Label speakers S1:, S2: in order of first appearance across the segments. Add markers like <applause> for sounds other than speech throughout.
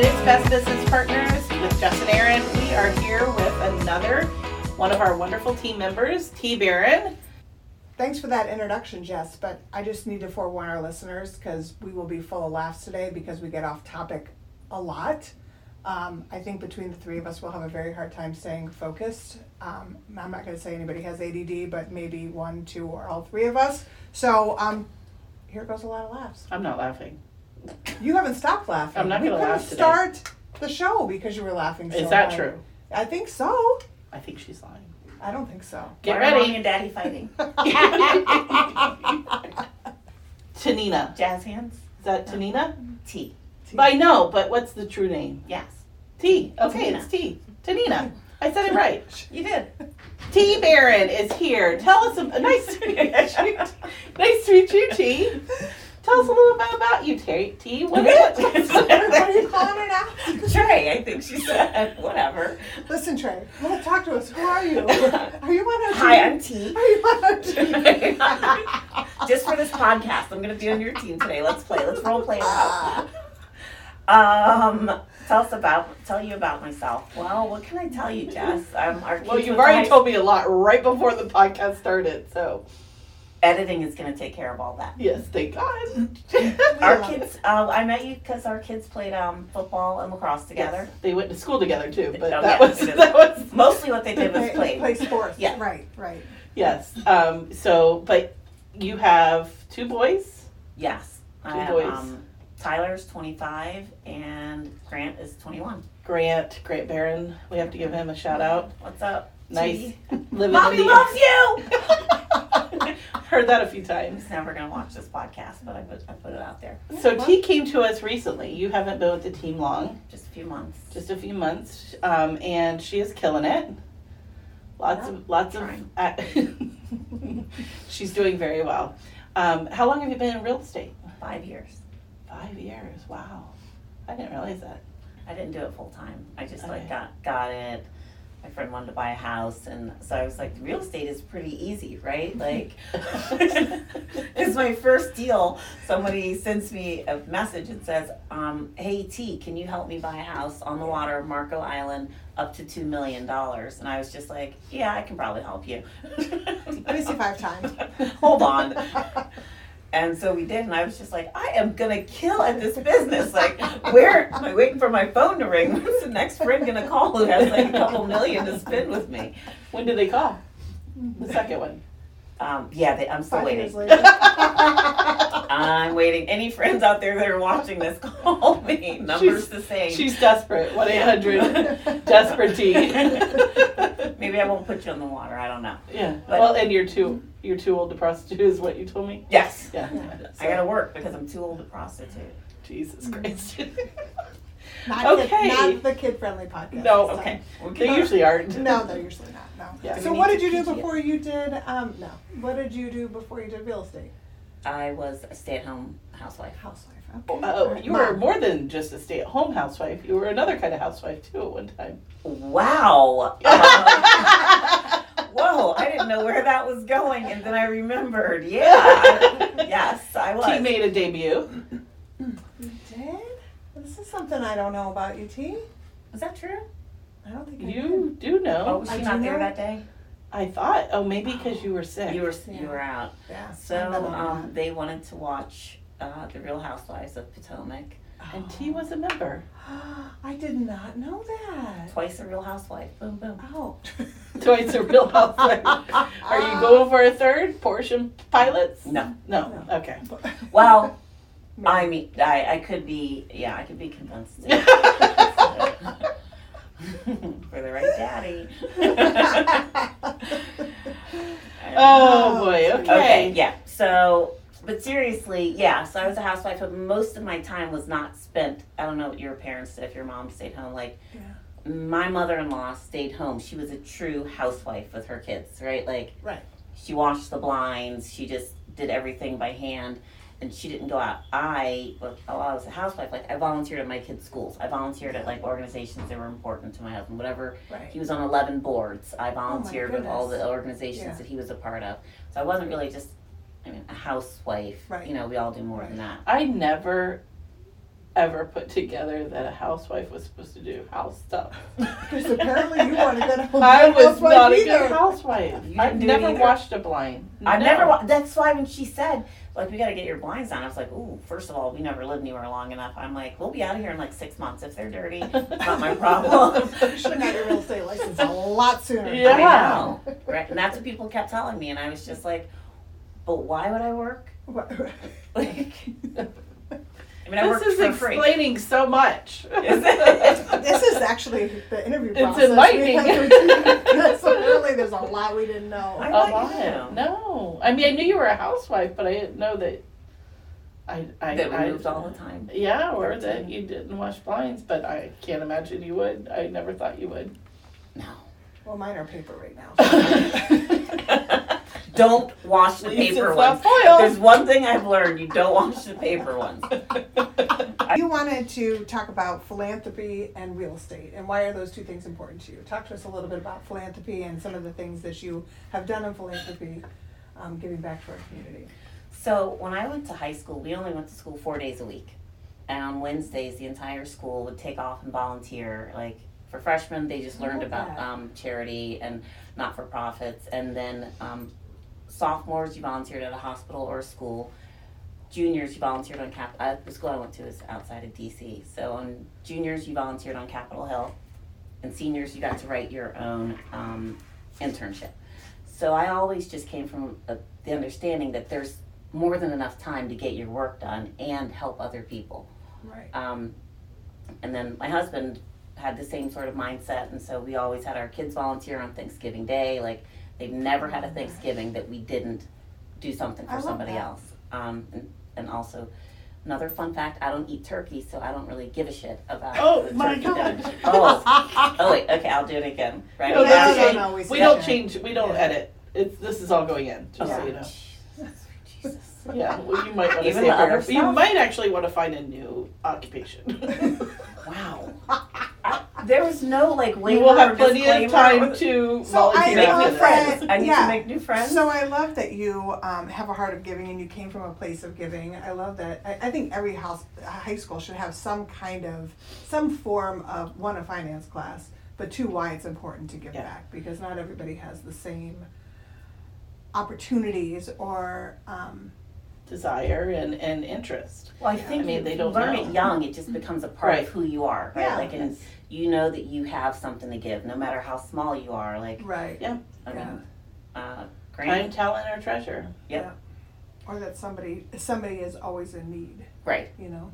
S1: Business Partners with Justin Aaron. We are here with another one of our wonderful team members, T. Barron.
S2: Thanks for that introduction, Jess, but I just need to forewarn our listeners because we will be full of laughs today because we get off topic a lot. Um, I think between the three of us, we'll have a very hard time staying focused. Um, I'm not going to say anybody has ADD, but maybe one, two, or all three of us. So um, here goes a lot of laughs.
S1: I'm not laughing.
S2: You haven't stopped laughing.
S1: I'm not gonna
S2: We couldn't
S1: laugh today.
S2: start the show because you were laughing. So
S1: Is that
S2: hard.
S1: true?
S2: I think so.
S1: I think she's lying.
S2: I don't
S1: <laughs>
S2: think so.
S1: Get
S3: Why are
S1: ready.
S3: Mommy and daddy fighting.
S1: <laughs>
S3: <laughs>
S1: Tanina.
S3: Jazz hands.
S1: Is that
S3: Oh,
S1: Tanina?
S3: Tea.
S1: I know, but what's the true name?
S3: Yes.
S1: T. Okay,
S3: Oh, Tanina.
S1: it's T. Tanina. I said it right.
S3: You <laughs> did.
S1: T. Barron is here. Tell us a nice
S3: <laughs>
S1: to meet you. Nice to meet you, T. Tell us a little bit about you, T. T. What,
S3: <laughs>
S2: what are you
S1: what,
S2: calling her now?
S3: Trey, I think she said. Whatever.
S2: Listen, Trey, well, talk to us. Who are you? Are you on OT?
S3: Hi, I'm T.
S2: Are you on OT?
S3: <laughs> Just for this podcast, I'm gonna be on your team today. Let's play. Let's role play it out. Um, tell us about. Tell you about myself. Well, what can I tell you, <laughs> Jess? Um, our
S1: well,
S3: kids
S1: you've
S3: with
S1: already
S3: the-
S1: told me a lot right before the podcast started, so
S3: editing is gonna take care of all that.
S1: yes, thank <laughs>
S3: <laughs>
S1: God.
S3: Our
S2: Yeah.
S3: kids. Uh, I met you because our kids played um, football and lacrosse together.
S1: They went to school together too, but
S3: Oh,
S1: that
S3: yeah,
S1: was
S3: they did.
S1: that was
S3: Mostly what <laughs> they did was
S2: Play,
S3: play.
S2: play sports.
S3: Yeah.
S2: Right, right.
S1: yes. Um, so, but you have two boys.
S3: Yes. I
S1: Two
S3: have,
S1: boys.
S3: Um, Tyler's 25 and Grant is 21.
S1: Grant, Grant Barron. We have to give him a shout out.
S3: What's up?
S1: Nice.
S3: T?
S1: <laughs>
S3: <laughs>
S1: Living
S3: Mommy
S1: in the
S3: loves you!
S1: <laughs> Heard that a few times.
S3: <laughs> He's never going to watch this podcast, but I put, I put it out there.
S1: So T came to us recently. You haven't been with the team long,
S3: Just a few months.
S1: just a few months, um, and she is killing it. Lots of lots of.
S3: Trying.
S1: <laughs> she's doing very well. Um, how long have you been in real estate?
S3: Five years.
S1: Five years. Wow, I didn't realize that.
S3: I didn't do it full time. I just
S1: Okay.
S3: like got, got it. My friend wanted to buy a house, and so I was like, real estate is pretty easy,
S1: <laughs>
S3: right? Like, <laughs> it's my first deal. Somebody sends me a message and says, um, "Hey T, can you help me buy a house on the water, Marco Island, up to two million dollars?" And I was just like, "Yeah, I can probably help you."
S2: <laughs> Let me see five times.
S3: <laughs> Hold
S2: <laughs>
S3: on. And so we did, and I was just like, I am gonna kill at this business. Like, where am I waiting for my phone to ring? When's the next friend gonna call who has like a couple million to spend with me?
S1: When did they call? The second one. <laughs>
S3: Um, yeah, they, I'm still
S2: Five
S3: waiting.
S2: years later.
S3: I'm waiting. Any friends out there that are watching this, call me. Numbers the same. <laughs>
S1: She's desperate. One eight hundred <laughs> desperate T.
S3: Maybe I won't put you in the water. I don't know.
S1: yeah.
S3: But-
S1: well, and you're too you're too old to prostitute is what you told me.
S3: Yes.
S1: Yeah.
S3: I gotta work because I'm too old to prostitute.
S1: Jesus
S3: Mm.
S1: Christ. <laughs>
S2: Not,
S1: Okay.
S2: the, not the kid friendly podcast.
S1: No,
S2: so-
S3: Okay. We'll
S1: they usually
S3: <laughs>
S1: aren't. <laughs>
S2: No, they're usually not. No.
S1: Yeah. Do
S2: So,
S3: we
S2: what
S3: need
S2: did you
S3: to
S2: do
S3: PG it?
S2: before you did? Um, no. What did you do before you did real estate?
S3: I was a stay-at-home housewife.
S2: Housewife. Okay.
S1: Oh,
S2: Alright,
S1: you were
S2: Mom.
S1: more than just a stay-at-home housewife. You were another kind of housewife too at one time.
S3: Wow. Uh, <laughs> whoa! I didn't
S1: <laughs>
S3: know where that was going, and then I remembered. Yeah. I- yes,
S1: <laughs>
S3: I was.
S1: She made a
S3: <laughs>
S1: debut.
S2: You did? This is something I don't know about you, T.
S3: Was that true?
S2: I don't think I did.
S1: You do
S3: Oh,
S1: know.
S3: was
S2: I
S3: she
S2: do
S3: not there
S2: know.
S3: that day?
S1: I thought. Oh, maybe because you were sick.
S3: You were
S2: Yeah.
S3: you were out.
S2: Yeah. I'm
S3: So
S2: not
S3: um, they wanted to watch uh, the Real Housewives of Potomac.
S1: and T was a
S3: <laughs>
S1: member.
S2: <gasps> I did not know that.
S3: Twice a Real Housewife. Boom boom.
S2: Oh.
S1: <laughs> Twice a real housewife. Are you going for a third portion pilots?
S3: No.
S1: No. Okay. <laughs>
S2: <laughs>
S3: Well, I mean, I, I could be, yeah, I could be <laughs> convinced. For the right <laughs> daddy.
S1: Oh boy. Okay.
S3: Okay, yeah. So, but seriously, yeah. So I was a housewife, but most of my time was not spent. I don't know what your parents did, if your mom stayed home. Like, my mother in law stayed home. She was a true housewife with her kids, right? Like,
S2: Right.
S3: she washed the blinds, she just did everything by hand, and she didn't go out. I, well, while I was a housewife, like, I volunteered at my kids' schools. I volunteered at, like, organizations that were important to my husband, whatever.
S2: Right.
S3: He was on 11 boards. I volunteered with all
S2: Oh goodness.
S3: the organizations
S2: Yeah.
S3: that he was a part of. So I wasn't really just, I mean, a housewife.
S2: Right.
S3: You know, we all do more than that.
S1: I never ever put together that a housewife was supposed to do house
S3: <laughs>
S1: stuff.
S2: Because apparently you weren't a good home.
S1: I was
S2: housewife
S1: not a
S2: either.
S1: good housewife.
S3: You
S1: I've
S3: didn't do it
S1: never
S3: either?
S1: washed a blind.
S3: I
S1: No.
S3: never. Wa- that's why when she said, like, we got to get your blinds on, I was like, ooh, first of all, we never lived anywhere long enough. I'm like, we'll be out of here in like six months if they're dirty. Not
S2: <laughs>
S3: my
S1: <laughs>
S3: problem.
S2: Should have got your real estate license a lot sooner.
S1: Yeah.
S3: I know. Right? And that's what people kept telling me, and I was just like, but why would I work? <laughs>
S2: What-
S3: Like, I mean, I
S1: This
S3: worked
S1: is
S3: for free.
S1: explaining so much.
S3: <laughs> Is it?
S2: This is actually the interview
S1: It's
S2: process. We <laughs>
S1: enlightening.
S2: have to do- so really, there's a lot we didn't
S3: I
S2: know.
S1: <laughs> a
S3: thought you
S1: lot.
S3: knew.
S1: No, I mean I knew you were a housewife, but I didn't know that. I, I
S3: That we
S1: I-
S3: moved all the time.
S1: Yeah, or that you didn't wash blinds, but I can't imagine you would. I never thought you
S3: <laughs>
S1: would. <laughs>
S2: Well, mine are paper right now.
S3: don't wash the
S1: At least
S3: paper
S1: it's not
S3: ones.
S1: foil.
S3: There's one thing I've learned: you don't wash the paper ones.
S2: You wanted to talk about philanthropy and real estate, and why are those two things important to you? Talk to us a little bit about philanthropy and some of the things that you have done in philanthropy, um, giving back to our community.
S3: So when I went to high school, we only went to school four days a week, and on Wednesdays, the entire school would take off and volunteer. Like for freshmen, they just
S2: I love
S3: learned about
S2: that.
S3: um, charity and not for profits, and then um, sophomores, you volunteered at a hospital or a school. Juniors, you volunteered on Cap. Uh, the school I went to is outside of DC. So on juniors, you volunteered on Capitol Hill, and seniors, you got to write your own um, internship. So I always just came from uh the understanding that there's more than enough time to get your work done and help other people.
S2: Right.
S3: Um, and then my husband had the same sort of mindset, and so we always had our kids volunteer on Thanksgiving Day. Like they've never had a Thanksgiving that we didn't do something
S2: I
S3: for
S2: love
S3: somebody
S2: that.
S3: else. Um, and, and also, another fun fact: I don't eat turkey, so I don't really give a shit about.
S1: Oh,
S3: the
S1: my
S3: turkey
S1: God.
S3: dinner. Oh,
S1: <laughs>
S3: oh wait. Okay, I'll do it again. Right.
S1: No,
S3: Last
S1: that's okay.
S3: week-
S2: we
S1: We
S2: said
S1: don't
S2: that.
S1: change. We don't
S2: Yeah.
S1: edit. It's this is all going in. Just so
S3: Oh,
S1: you know.
S3: Jesus, Jesus.
S1: Yeah, well, you might want to
S3: Even
S1: say
S3: the other
S1: You
S3: stuff?
S1: might actually want to find a new occupation. <laughs>
S3: Wow. I, <laughs> there was no like way
S1: we will have plenty of time to
S2: So I
S3: make
S1: volunteer.
S2: love
S3: new
S1: for
S2: that.
S1: this.
S3: friends. I need
S2: Yeah.
S3: to make new friends.
S2: So I love that you um, have a heart of giving and you came from a place of giving. I love that. I, I think every house, uh, high school should have some kind of, some form of, one, a finance class, but two, why it's important to give
S1: Yeah.
S2: back because not everybody has the same opportunities or, um,
S1: Desire and, and interest.
S3: well, I
S2: Yeah.
S3: think
S1: I mean,
S3: you
S1: they don't
S3: learn
S1: know.
S3: it young. It just becomes a part
S1: Right.
S3: of who you are, right?
S2: Yeah.
S3: Like, and
S1: Yes.
S3: you know that you have something to give, no matter how small you are.
S1: Oh
S3: Like,
S2: right.
S3: I mean, uh,
S1: Time,
S3: Grant,
S1: talent, or treasure.
S2: Or that somebody, somebody is always in need,
S3: right?
S2: you know?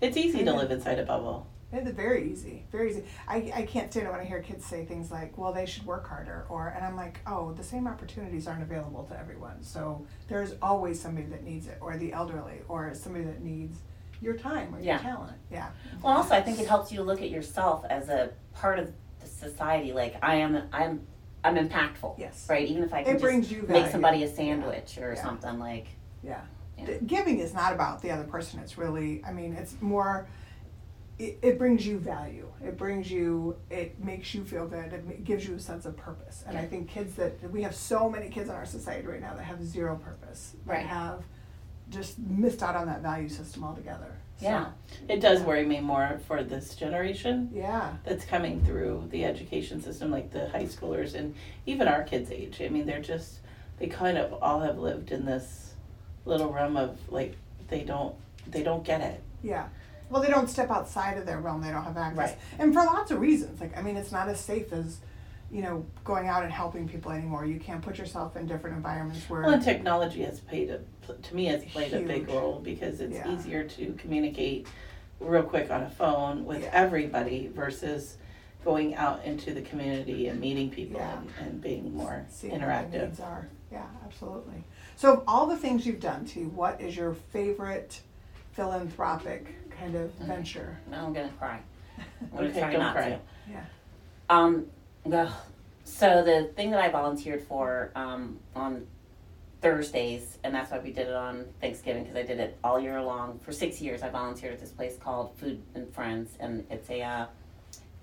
S1: It's easy to
S2: Mhm.
S1: live inside a bubble.
S2: It's very easy, very easy. I, I can't stand it when I hear kids say things like, well, they should work harder, or, and I'm like, oh, the same opportunities aren't available to everyone. So there's always somebody that needs it, or the elderly, or somebody that needs your time or your
S3: Yeah.
S2: talent. Yeah.
S3: Well, also, I think it helps you look at yourself as a part of the society. Like, I am, I'm, I'm impactful,
S2: Yes.
S3: right? Even if I can
S2: It
S3: just
S2: brings you value.
S3: make somebody a sandwich or
S2: Yeah.
S3: something, like,
S2: D- Giving is not about the other person. It's really, I mean, it's more, it, it brings you value. It brings you, it makes you feel good. It ma- gives you a sense of purpose. And I think kids that, we have so many kids in our society right now that have zero purpose, that
S3: Right.
S2: have just missed out on that value system altogether.
S3: yeah,
S1: It does worry me more for this generation
S2: Yeah.
S1: that's coming through the education system, like the high schoolers and even our kids' age. I mean, they're just, they kind of all have lived in this little realm of like, they don't, they don't get it.
S2: Yeah. Well, they don't step outside of their realm. They don't have access.
S1: Right.
S2: And for lots of reasons. Like, I mean, it's not as safe as, you know, going out and helping people anymore. You can't put yourself in different environments where.
S1: Well, and technology has played a, to me, has played a big
S2: Huge.
S1: role because it's
S2: Yeah.
S1: easier to communicate real quick on a phone with
S2: Yeah.
S1: everybody versus going out into the community and meeting people
S2: Yeah.
S1: and, and being more
S2: see what their
S1: interactive.
S2: needs are. Yeah, absolutely. So, of all the things you've done, T, what is your favorite philanthropic kind of
S3: Mm-hmm.
S2: venture?
S3: I'm gonna cry. I'm gonna
S1: Okay,
S3: try
S1: don't
S3: not
S1: cry.
S3: to.
S2: Yeah.
S3: Um, well, so the thing that I volunteered for um, on Thursdays, and that's why we did it on Thanksgiving because I did it all year long for six years. I volunteered at this place called Food and Friends, and it's a uh,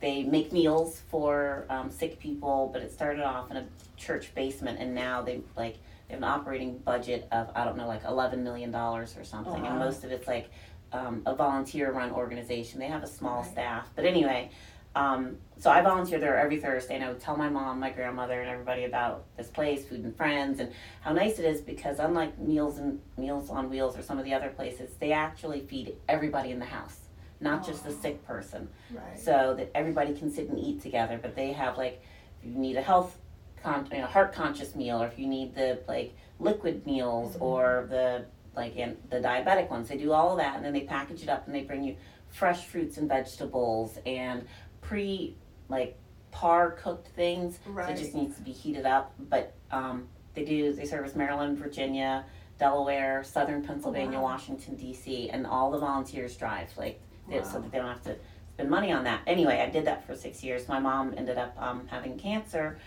S3: they make meals for um, sick people, but it started off in a church basement, and now they like they have an operating budget of I don't know like eleven million dollars or something,
S1: Oh, wow.
S3: and most of it's like um, a volunteer-run organization. They have a small
S2: Right.
S3: staff, but anyway, um, so I volunteer there every Thursday, and I would tell my mom, my grandmother, and everybody about this place, Food and Friends, and how nice it is because unlike Meals and Meals on Wheels or some of the other places, they actually feed everybody in the house, not just the
S2: Aw.
S3: sick person
S2: Right. <laughs>
S3: so that everybody can sit and eat together. But they have like, if you need a health, con- you know, heart conscious meal, or if you need the like liquid meals
S2: Mm-hmm.
S3: or the like and the diabetic ones, they do all of that, and then they package it up and they bring you fresh fruits and vegetables and pre like par cooked things
S2: right.
S3: so it just needs to be heated up. But um, they do, they service Maryland, Virginia, Delaware, Southern Pennsylvania,
S2: wow.
S3: Washington, D.C., and all the volunteers drive, like, they- so
S2: Wow.
S3: that they don't have to spend money on that. Anyway, I did that for six years. My mom ended up um, having cancer,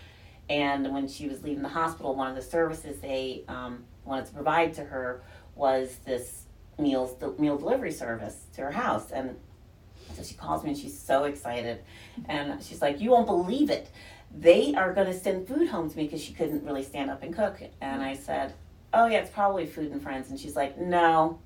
S3: and when she was leaving the hospital, one of the services they um, wanted to provide to her was this meals the meal delivery service to her house and so she calls me and she's so excited and she's like you won't believe it they are going to send food home to me because she couldn't really stand up and cook and i said oh yeah it's probably food and friends and she's like no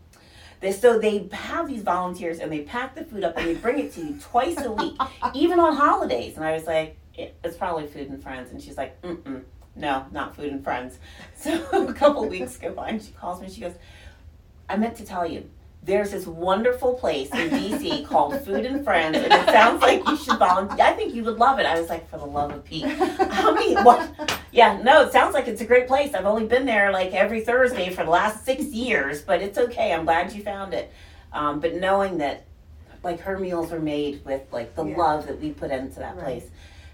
S3: they, so they have these volunteers and they pack the food up and they bring it to you twice a week even on holidays and i was like "It- it's probably food and friends and she's like mm-mm no not food and friends <laughs> so a couple weeks go by and she calls me and she goes i meant to tell you there's this wonderful place in DC called Food and Friends, and it sounds like you should volunteer. I think you would love it. I was like, for the love of Pete. How many? What? Yeah, no, it sounds like it's a great place. I've only been there like every Thursday for the last six years, but it's okay. I'm glad you found it. Um, but knowing that, like, her meals were made with like the
S2: Yeah.
S3: love that we put into that
S2: Right.
S3: place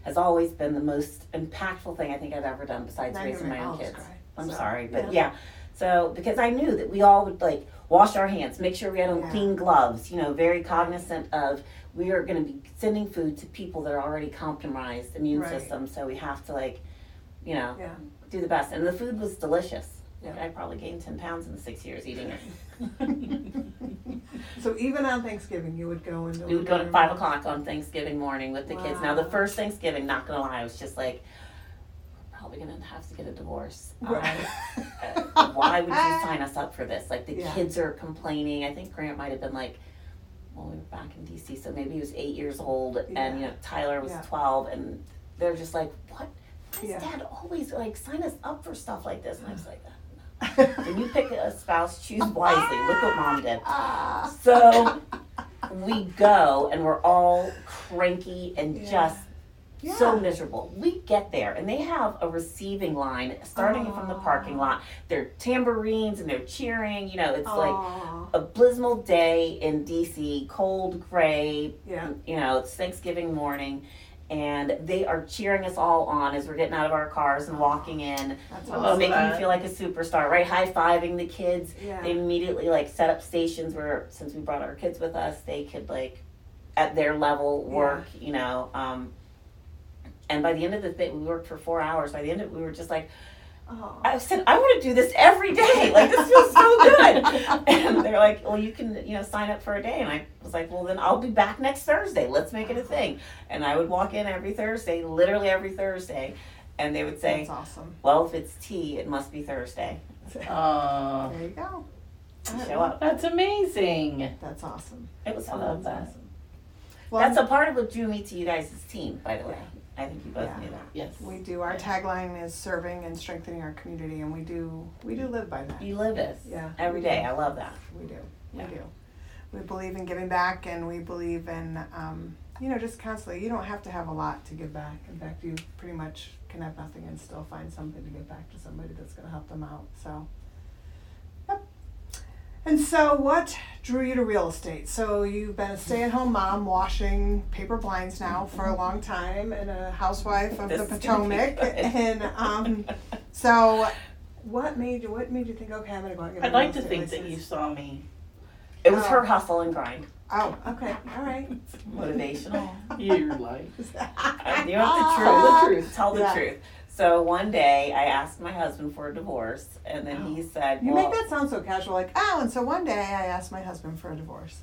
S3: has always been the most impactful thing I think I've ever done besides
S2: Now you're
S3: raising my
S2: making
S3: own
S2: Alice
S3: kids.
S2: cry.
S3: I'm
S2: So,
S3: sorry, but
S2: yeah.
S3: yeah. So because I knew that we all would like wash our hands, make sure we had on
S2: Yeah.
S3: clean gloves, you know, very cognizant of we are going to be sending food to people that are already compromised immune
S2: Right.
S3: system, so we have to like, you know,
S2: Yeah.
S3: do the best. And the food was delicious.
S2: Yeah.
S3: I probably gained ten pounds in the six years eating
S2: <laughs>
S3: it.
S2: so even on Thanksgiving, you would go and deliver
S3: We would go to five o'clock on Thanksgiving morning with the kids. Now the
S2: Wow.
S3: first Thanksgiving, not gonna lie, I was just like, we're probably gonna have to get a divorce. Um,
S2: <laughs>
S3: uh, why would you sign us up for this? Like the
S2: Yeah.
S3: kids are complaining. I think Grant might have been like, well, we were back in DC, so maybe he was eight years old,
S2: Yeah.
S3: and you know Tyler was
S2: Yeah.
S3: twelve, and they're just like, what? Why does
S2: Yeah.
S3: Dad always like sign us up for stuff like this? And I was like, when you pick a spouse, choose wisely. Look what Mom did.
S2: Ah.
S3: So we go, and we're all cranky and
S2: Yeah.
S3: just
S2: Yeah.
S3: so miserable. We get there, and they have a receiving line starting from the parking
S2: Aw.
S3: lot. They're tambourines and they're cheering. You know, it's like
S2: Aw.
S3: a abysmal day in DC, cold, gray.
S2: yeah.
S3: You know, it's Thanksgiving morning, and they are cheering us all on as we're getting out of our cars and walking in,
S2: That's
S1: Well,
S2: awesome.
S1: maybe-
S3: Oh, making you
S1: that.
S3: feel like a superstar, right? High fiving the kids.
S2: yeah.
S3: They immediately like set up stations where, since we brought our kids with us, they could like at their level work, you know. Um, and by the end of the thing, we worked for four hours. By the end of it, we were just like,
S2: Aw.
S3: I said, I want to do this every day. Like this feels so good.
S2: <laughs>
S3: and they're like, well, you can, you know, sign up for a day. And I was like, well, then I'll be back next Thursday. Let's make it a thing. And I would walk in every Thursday, literally every Thursday, and they would say,
S2: That's awesome.
S3: well, if it's tea, it must be Thursday.
S1: Oh,
S2: <laughs> There you go.
S3: Show up.
S1: that's amazing.
S2: That's awesome.
S3: It was
S1: I
S3: fun.
S1: love that.
S2: Oh, Well,
S3: That's a part of what drew me to you guys' team, by the way. I think you both
S2: Yeah.
S3: knew that.
S1: Yes.
S2: we do. Our tagline is serving and strengthening our community, and we do. We do live by that.
S3: You live it
S2: Yeah.
S3: every day. I love that.
S2: We do. We
S1: Yeah.
S2: do. We believe in giving back, and we believe in, um, you know, just constantly. You don't have to have a lot to give back. In fact, you pretty much can have nothing and still find something to give back to somebody that's going to help them out. So, yep. And so, what drew you to real estate? So, you've been a stay-at-home mom, washing paper blinds now for a long time, and a housewife of
S3: This
S2: the
S3: is gonna be
S2: Potomac.
S3: good.
S2: And um, so, what made you? What made you think? Okay, I'm going to go out and get. a
S1: I'd
S2: real
S1: like to
S2: estate
S1: think that
S2: license?"
S1: you saw me.
S3: It was
S2: Oh.
S3: her hustle and grind.
S2: Oh, okay, all
S3: <laughs>
S2: right.
S3: Motivational.
S2: <laughs>
S1: You're like,
S3: Uh, You
S1: Tell
S3: know
S1: the
S3: the truth.
S1: truth.
S3: Tell the
S2: Yeah.
S3: truth. So one day I asked my husband for a divorce, and then
S2: <gasps>
S3: he said,
S2: You
S3: "Well,
S2: make that sound so casual, like, oh, and so one day I asked my husband for a divorce.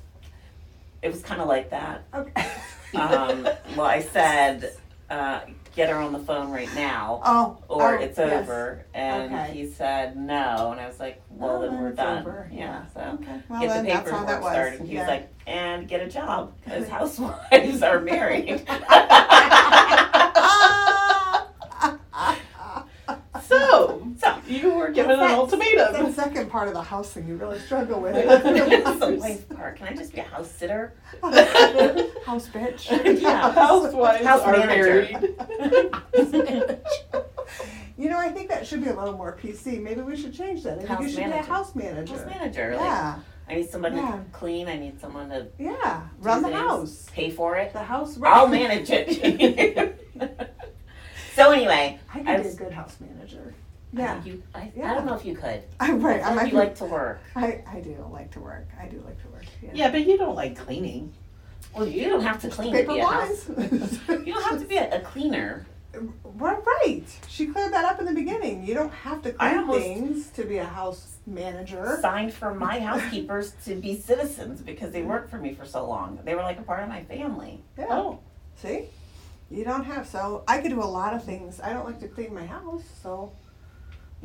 S2: <laughs>
S3: it was kind of like that."
S2: Okay.
S3: Um, well, I said, uh, get her on the phone right now
S2: <laughs> Oh,
S3: or
S2: oh,
S3: it's
S2: yes.
S3: over. And
S2: Okay.
S3: he said no. And I was like, well,
S2: Oh,
S3: then
S2: then
S3: we're
S2: it's
S3: done.
S2: over.
S3: Yeah. So
S2: Okay. Well,
S3: get
S2: then
S3: the
S2: that's how
S3: paperwork
S2: that was.
S3: started. He
S2: yeah.
S3: was like, and get a job
S2: <laughs>
S3: because housewives are
S1: <laughs>
S3: married. <laughs>
S2: Ah. <laughs>
S1: So,
S3: so,
S1: you were given an
S2: That's-
S1: ultimatum.
S2: That second part of the house thing you really struggle
S3: <laughs>
S2: with. <laughs>
S3: it's the wife part. Can I just be a house sitter? <laughs>
S2: house bitch.
S3: Yeah,
S1: Housewives
S3: House
S1: are
S3: manager.
S1: married.
S3: <laughs>
S2: You know, I think that should be a little more PC. Maybe we should change that. I think
S3: House
S2: you should be a
S3: manager.
S2: house manager.
S3: House manager. Like,
S2: Yeah,
S3: I need someone
S2: Yeah.
S3: to clean. I need someone to
S2: yeah. Run the
S3: things.
S2: house.
S3: pay for it.
S2: The house.
S3: I'll manage it. <laughs> so anyway,
S2: <laughs> I could
S3: I
S2: be a
S3: was-
S2: good house manager.
S3: I
S2: Yeah,
S3: think you- I, I
S2: Yeah.
S3: don't know if you could.
S2: <laughs> I'm right. I
S3: I
S2: might
S3: you
S2: be-
S3: like to work.
S2: I, I do like to work. I do like to work.
S1: yeah, but you don't like cleaning.
S3: Well, you don't have to clean to
S2: Paper
S3: be a house.
S2: wise.
S3: <laughs> You don't
S2: <laughs>
S3: have to be a, a cleaner.
S2: We're right. She cleared that up in the beginning. You don't have to
S3: I
S2: clean
S3: almost-
S2: things to be a house manager.
S3: Signed
S2: <laughs>
S3: for my housekeepers to be citizens because they worked for me for so long. They were like a part of my family.
S2: Yeah.
S1: Oh,
S2: See? You don't have so I could do a lot of things. I don't like to clean my house, so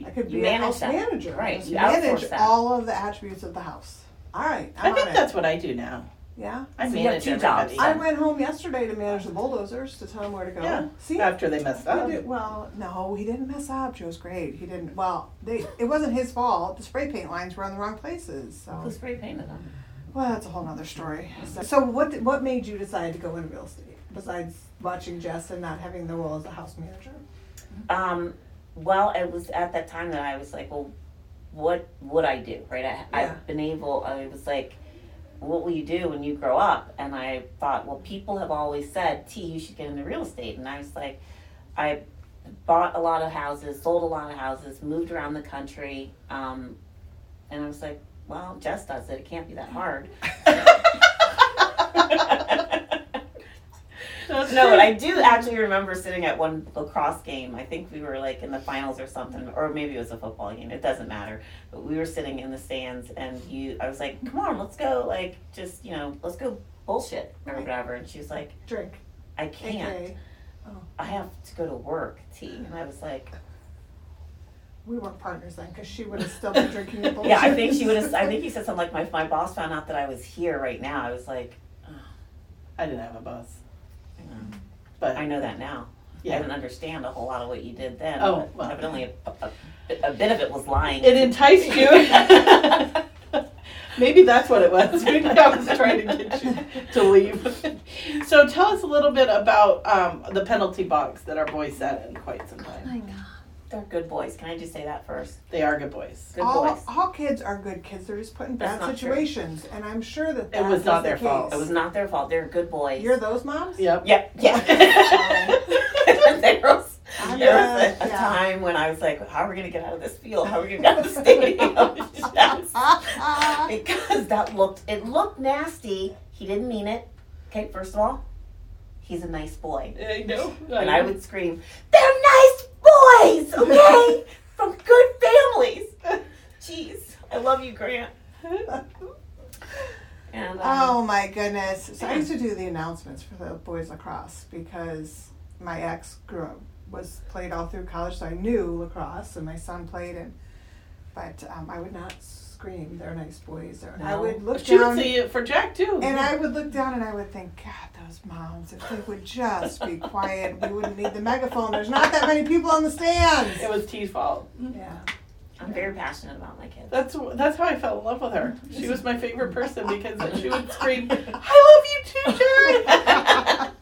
S2: I could
S3: You
S2: be a
S3: manage
S2: house
S3: that.
S2: manager.
S3: Right,
S2: Just
S3: you outsource
S2: manage
S3: that.
S2: all of the attributes of the house. All right. I'm
S1: I think
S2: on it.
S1: that's what I do now.
S2: yeah.
S1: I
S3: So you have
S1: manage
S3: two
S1: everybody.
S3: jobs.
S2: I went home yesterday to manage the bulldozers to tell them where to go.
S3: oh,
S1: Yeah.
S2: See,
S1: After they messed
S2: We
S1: up. <laughs>
S2: did- well, no, he didn't mess up. Joe's great. He didn't. Well, they, it wasn't his fault. The spray paint lines were in the wrong places.
S3: Who
S2: So,
S3: spray painted them?
S2: well, that's a whole nother story. So, so what did- what made you decide to go into real estate besides watching Jess and not having the role as a house manager?
S3: Um, well, it was at that time that I was like, well, what would I do? Right? I,
S2: Yeah.
S3: I've been able. I was like, what will you do when you grow up? And I thought, well, people have always said, T, you should get into real estate. And I was like, I bought a lot of houses, sold a lot of houses, moved around the country, um, and I was like, well, Jess does it. It can't be that hard. <laughs> No, <laughs> but I do actually remember sitting at one lacrosse game. I think we were like in the finals or something, or maybe it was a football game. It doesn't matter. But we were sitting in the stands, and you, I was like, "Come on, let's go!" Like, just you know, let's go bullshit or
S2: Right.
S3: whatever. And she was like,
S2: Drink.
S3: "I can't.
S2: AKA,
S3: I have to go to work, T." And I was like,
S2: we weren't partners then because she would have still been drinking
S1: Oh,
S2: the bullshit.
S3: <laughs> "Yeah, I think she
S1: <laughs>
S3: would have. I think you said something like, my my boss found out that I was here right now. I was like,
S1: I didn't have a boss.
S3: I know.
S1: But
S3: I know that now. I
S1: yeah.
S3: didn't understand a whole lot of what you did then.
S1: Oh,
S3: but
S1: well.
S3: evidently a, a, a bit of it was lying."
S1: It enticed you. <laughs> Maybe that's what it was. <laughs> Maybe I was trying to get you to
S3: <laughs>
S1: leave. so tell us a little bit about um, the penalty box that our boys sat in quite some time.
S3: They're good boys. Can I just say that first?
S1: They are good boys.
S3: Good
S2: all,
S3: boys.
S2: all kids are good kids. They're just put in
S3: That's
S2: bad
S3: not true.
S2: situations, and I'm sure that that
S1: was not
S2: the
S1: their fault.
S2: case.
S3: It was not their fault. They're good boys.
S2: You're those moms.
S3: <laughs>
S1: Yep.
S3: yep.
S2: <laughs>
S3: Yeah. <laughs> there was,
S2: I'm
S3: there was
S2: good,
S3: a, a
S2: yeah.
S3: time when I was like, how are we going to get out of this field? How are we going to get out of
S2: <laughs>
S3: the stadium? <laughs> That's- because that looked, it looked nasty. He didn't mean it. Okay, first of all, he's a nice boy.
S1: I know.
S3: And I would scream, they're nice
S2: <laughs>
S3: boys, okay? From good families. Jeez. I love
S2: <laughs>
S3: you, Grant. And, um,
S2: Oh my goodness. So I used to do the announcements for the boys lacrosse because my ex grew up, was played all through college, so I knew lacrosse and my son played and but um, I would not scream, they're nice boys. Or, I
S3: No.
S2: would look
S1: She
S2: down
S1: would see it for Jack too.
S2: and I would look down and I would think, God, those moms, if they would just be quiet, we wouldn't need the megaphone. There's not that many people on the stands.
S1: it was T's fault.
S2: Yeah.
S3: I'm very passionate about
S2: <laughs>
S3: my kids.
S1: That's that's how I fell in love with her. She was my favorite person because she would scream, "I love you too, Jack!"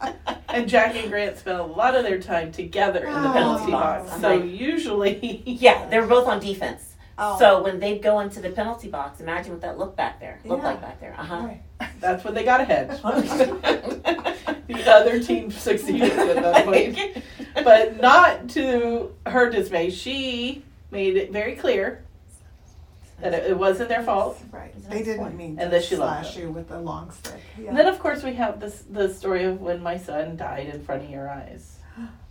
S1: <laughs> and Jack and Grant spent a lot of their time together in the penalty
S2: Oh.
S1: box. So usually, <laughs>
S3: Yeah, they were both on defense.
S2: Oh.
S3: So when they'd go into the penalty box, imagine what that looked back there. Looked
S2: Yeah.
S3: like back there. Uh
S2: Right.
S1: that's when they got a
S2: <laughs>
S1: hedge.
S3: huh. <laughs>
S1: the other team succeeded at that point, but not to her dismay. She made it very clear that it, it wasn't their fault.
S2: Right.
S3: That's
S2: They didn't
S3: fine.
S2: mean
S1: And
S2: to
S1: that she loved
S2: slash you with a long stick. Yeah.
S1: And then, of course, we have this the story of when my son died in front of your eyes.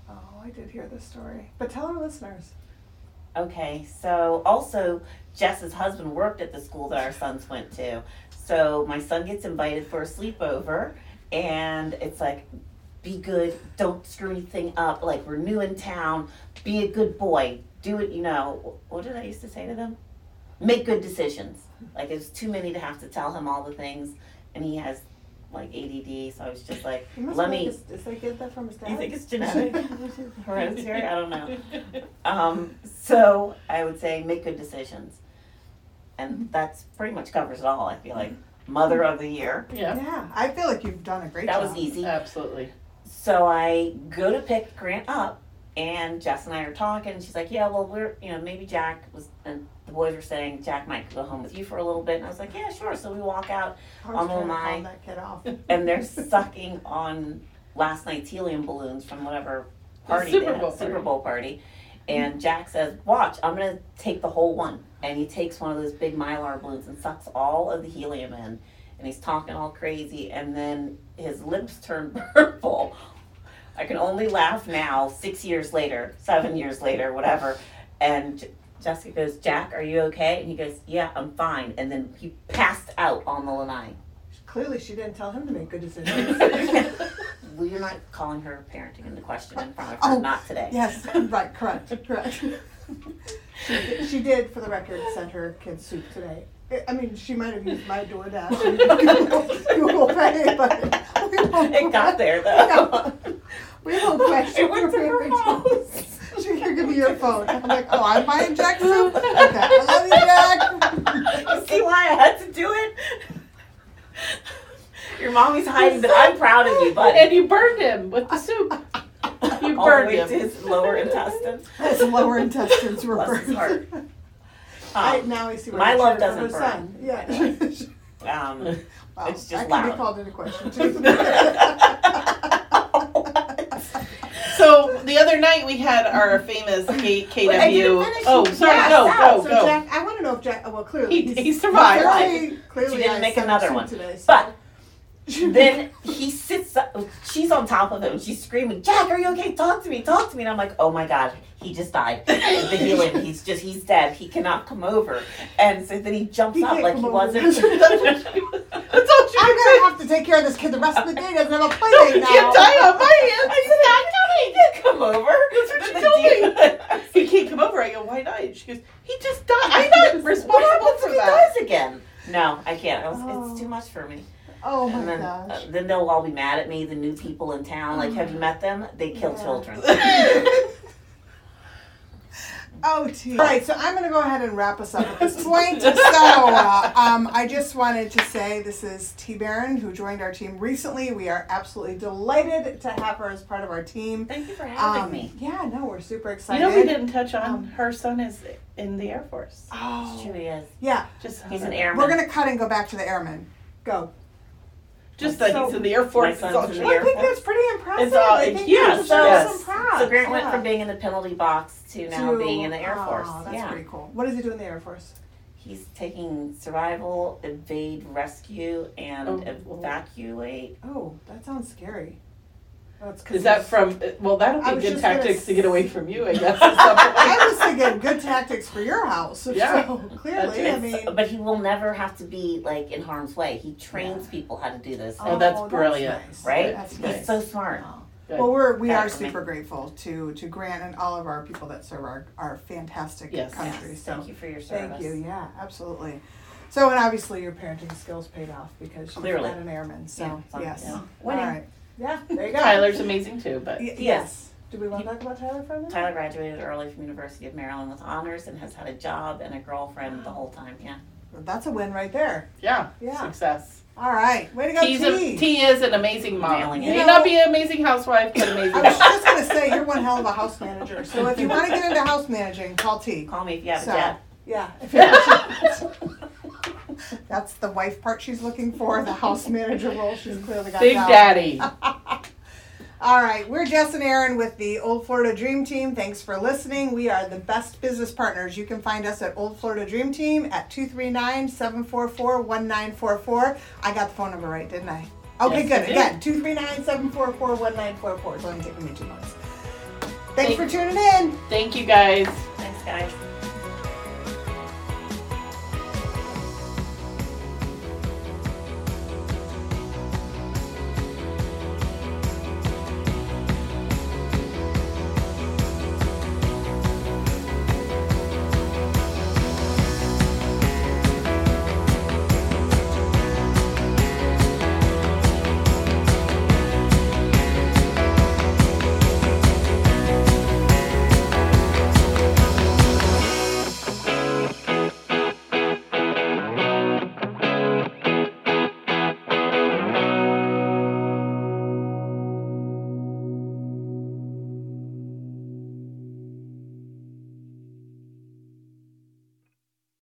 S2: Oh, I did hear this story. But tell our listeners.
S3: okay, so also Jess's husband worked at the school that our sons went to. So my son gets invited for a sleepover, and it's like be good, don't screw anything up, like we're new in town, be a good boy, do it, you know. What did I used to say to them? Make good decisions. Like it's too many to have to tell him all the things, and he has like ADD, so I was just like,
S2: You must
S3: let
S2: be
S3: me.
S2: like a- Does they get that from his dad?
S3: You think it's genetic, hereditary? I don't know. Um, so I would say make good decisions, and that's pretty much covers it all. I feel like mother of the year.
S1: <laughs> <laughs> Yeah,
S2: <laughs> Yeah, I feel like you've done a great
S3: That
S2: job.
S3: was easy.
S1: absolutely.
S3: So I go to pick Grant up, and Jess and I are talking, and she's like, "Yeah, well, we're you know maybe Jack was." And the boys were saying Jack might go home with you for a little bit, and I was like, "Yeah, sure." So we walk out,
S2: I was trying
S3: I'm
S2: to calm
S3: on my-
S2: that kid off.
S3: <laughs> and they're sucking on last night's helium balloons from whatever
S1: The
S3: party
S1: Super
S3: they had,
S1: Bowl
S3: Super
S1: party.
S3: Bowl party. And Jack says, "Watch, I'm gonna take the whole one." And he takes one of those big mylar balloons and sucks all of the helium in, and he's talking all crazy, and then his lips turn <laughs> purple. I can only laugh now, six years later, seven years later, whatever. And J- Jessica goes, "Jack, are you okay?" And he goes, "Yeah, I'm fine." And then he passed out on the lanai.
S2: Clearly, she didn't tell him to
S3: <laughs>
S2: make good decisions.
S3: Well, you're not calling her parenting into question in front of her,
S2: Oh,
S3: not today.
S2: <laughs> yes, right, correct, correct. she, she did, for the record, send her kids soup today. I- I mean, she might have used my DoorDash and
S3: <laughs>
S2: Google Pay, but we won't.
S3: It got there though.
S2: No. We
S3: <laughs>
S2: won't question
S3: It went to
S2: your
S3: her
S2: parenting.
S3: house. <laughs>
S2: She could give me your phone. I'm like, oh, I'm buying Jack soup. Okay, I love you, Jack.
S3: You see why I had to do it? <laughs> Your mommy's hiding, but I'm proud of
S1: <laughs>
S3: you,
S1: And
S3: buddy.
S1: you burned him with the soup. You
S3: All the
S1: burned
S3: way to
S1: him.
S3: his lower intestine.
S2: His lower intestines were
S3: Bless his
S2: burned.
S3: heart.
S2: I,
S3: Um,
S2: now I see why
S3: my
S2: you
S3: love
S2: cheated for
S3: doesn't
S2: her
S3: burn.
S2: son. Yeah.
S3: um,
S2: <laughs>
S3: <laughs>
S2: Wow,
S3: It's
S2: that
S3: just
S2: can
S3: loud.
S2: be called into
S3: <laughs>
S2: question too.
S1: So the other night we had our famous K-
S2: Wait, I didn't
S1: KW.
S2: finish.
S1: Oh, sorry.
S2: Yes,
S1: go,
S2: yeah,
S1: go,
S2: so
S1: go. <laughs>
S2: Jack, I want to know if Jack. oh, Well, clearly
S1: He-
S2: he's-
S1: he survived.
S2: Clearly, clearly
S3: She didn't
S2: I
S3: make
S2: sent
S3: another
S2: him
S3: one.
S2: today, so-
S3: but then he sits up, she's on top of him and she's screaming jack are you okay talk to me talk to me and i'm like oh my god he just died the
S2: <laughs>
S3: healing he's just he's dead he cannot come over and so then he jumps
S2: He
S3: up
S2: can't
S3: like he
S2: come over. <laughs>
S3: wasn't <laughs>
S1: That's all she
S2: I'm
S1: said.
S2: gonna have to take care of this kid the rest of the day. He Doesn't have a play
S1: No, <laughs>
S2: date
S1: you
S2: now.
S1: can't die on my hands.
S3: I said,
S1: <laughs>
S3: "I'm coming. You come over. That's
S1: what she told
S3: <laughs>
S2: <laughs>
S1: He can't come over. I go, why not? And she goes, he just died. I'm not
S3: What
S1: responsible
S3: happens
S1: for
S3: if he
S1: that.
S3: dies again? No, I can't. I was,
S2: Oh.
S3: It's too much for me.
S2: Oh my
S3: and then,
S2: gosh. Oh.
S3: uh, then they'll all be mad at me. The new people in town, like, have you met them? They kill
S2: Yeah. <laughs>
S3: children.
S1: <laughs>
S2: Oh, gee. All right, so I'm going to go ahead and wrap us up at this point. So, uh, um, I just wanted to say this is T Baron, who joined our team recently. We are absolutely delighted to have her as part of our team.
S3: Thank you for having
S2: Um,
S3: me.
S2: Yeah, no, we're super
S1: You
S2: excited.
S1: know, we didn't touch on
S2: Um,
S1: her son is in the Air Force.
S3: It's
S2: Oh,
S3: true, he is.
S2: yeah.
S1: Just
S3: He's an airman.
S2: We're going to cut and go back to the airmen. Go.
S1: Just that he's in the Air Force. is
S3: son's
S1: all
S3: in
S1: she-
S3: the
S2: I
S3: Air
S2: think
S3: Force.
S2: that's pretty impressive.
S1: It's all-
S2: I
S1: it's
S2: think
S1: huge,
S2: that shows
S1: yes.
S2: some props,
S3: So Grant went
S2: yeah.
S3: from being in the penalty box to now
S2: To-
S3: being in the Air
S2: oh,
S3: Force.
S2: That's
S3: yeah.
S2: pretty cool. What does he do in the Air Force?
S3: He's taking survival, evade, rescue, and
S1: Oh.
S3: evacuate.
S2: Oh, that sounds scary. Oh, it's
S1: <laughs>
S2: 'cause
S1: Is that
S2: he's-
S1: from, uh, well, that'll
S2: I
S1: be
S2: was
S1: good
S2: just gonna
S1: tactics to get away from you, I guess. at some point.
S2: <laughs> <laughs> I was thinking good tactics for your house. <laughs>
S1: Yeah.
S2: So clearly, I
S1: That's- oh,
S2: mean,
S3: But he will never have to be like in harm's way. He trains people how to do this,
S1: Oh, that's brilliant.
S2: nice.
S3: right?
S2: That's
S3: He's
S2: nice.
S3: so smart.
S1: Good.
S2: Well, we're we
S3: Yeah,
S2: are
S3: for me.
S2: super grateful to to Grant and all of our people that serve our our fantastic
S1: Yes.
S2: country.
S3: Yes,
S2: So
S3: Thank you for your service.
S2: thank you. Yeah, absolutely. So and obviously your parenting skills paid off because you
S3: Clearly.
S2: got an airman. So
S3: Yeah, fun,
S2: yes.
S3: yeah.
S2: All
S3: Winning.
S2: right. Yeah. There you go.
S1: Tyler's amazing too, but
S2: Y- yes.
S3: Yes.
S2: Do we want to talk about Tyler for a minute?
S3: Tyler graduated early from University of Maryland with honors and has had a job and a girlfriend the whole time. Yeah.
S2: That's a win right there.
S1: yeah,
S2: Yeah.
S1: success.
S2: All right. Way to go,
S1: He's a,
S2: T.
S1: T is an amazing mom.
S3: Nailing
S2: it.
S1: May not be an amazing housewife, but amazing.
S2: <laughs> I was
S1: mom.
S2: just gonna say you're one hell of a house manager. So if you want to get into house managing, call T.
S3: Call me if you have
S2: So-
S3: a jet.
S2: Yeah. if you're- That's the wife part she's looking for. The house manager role she's clearly got.
S1: Big
S2: down.
S1: Daddy.
S2: All right, we're Jess and Aaron with the Old Florida Dream Team. Thanks for listening. We are the best business partners. You can find us at Old Florida Dream Team at 239 744 1944. I got the phone number right, didn't I? Okay,
S1: Yes, you
S2: good.
S1: did.
S2: Again, 239 744 1944. It's only taking me two months. Thanks
S1: Thank-
S2: for tuning in.
S1: Thank you guys.
S3: Thanks, guys.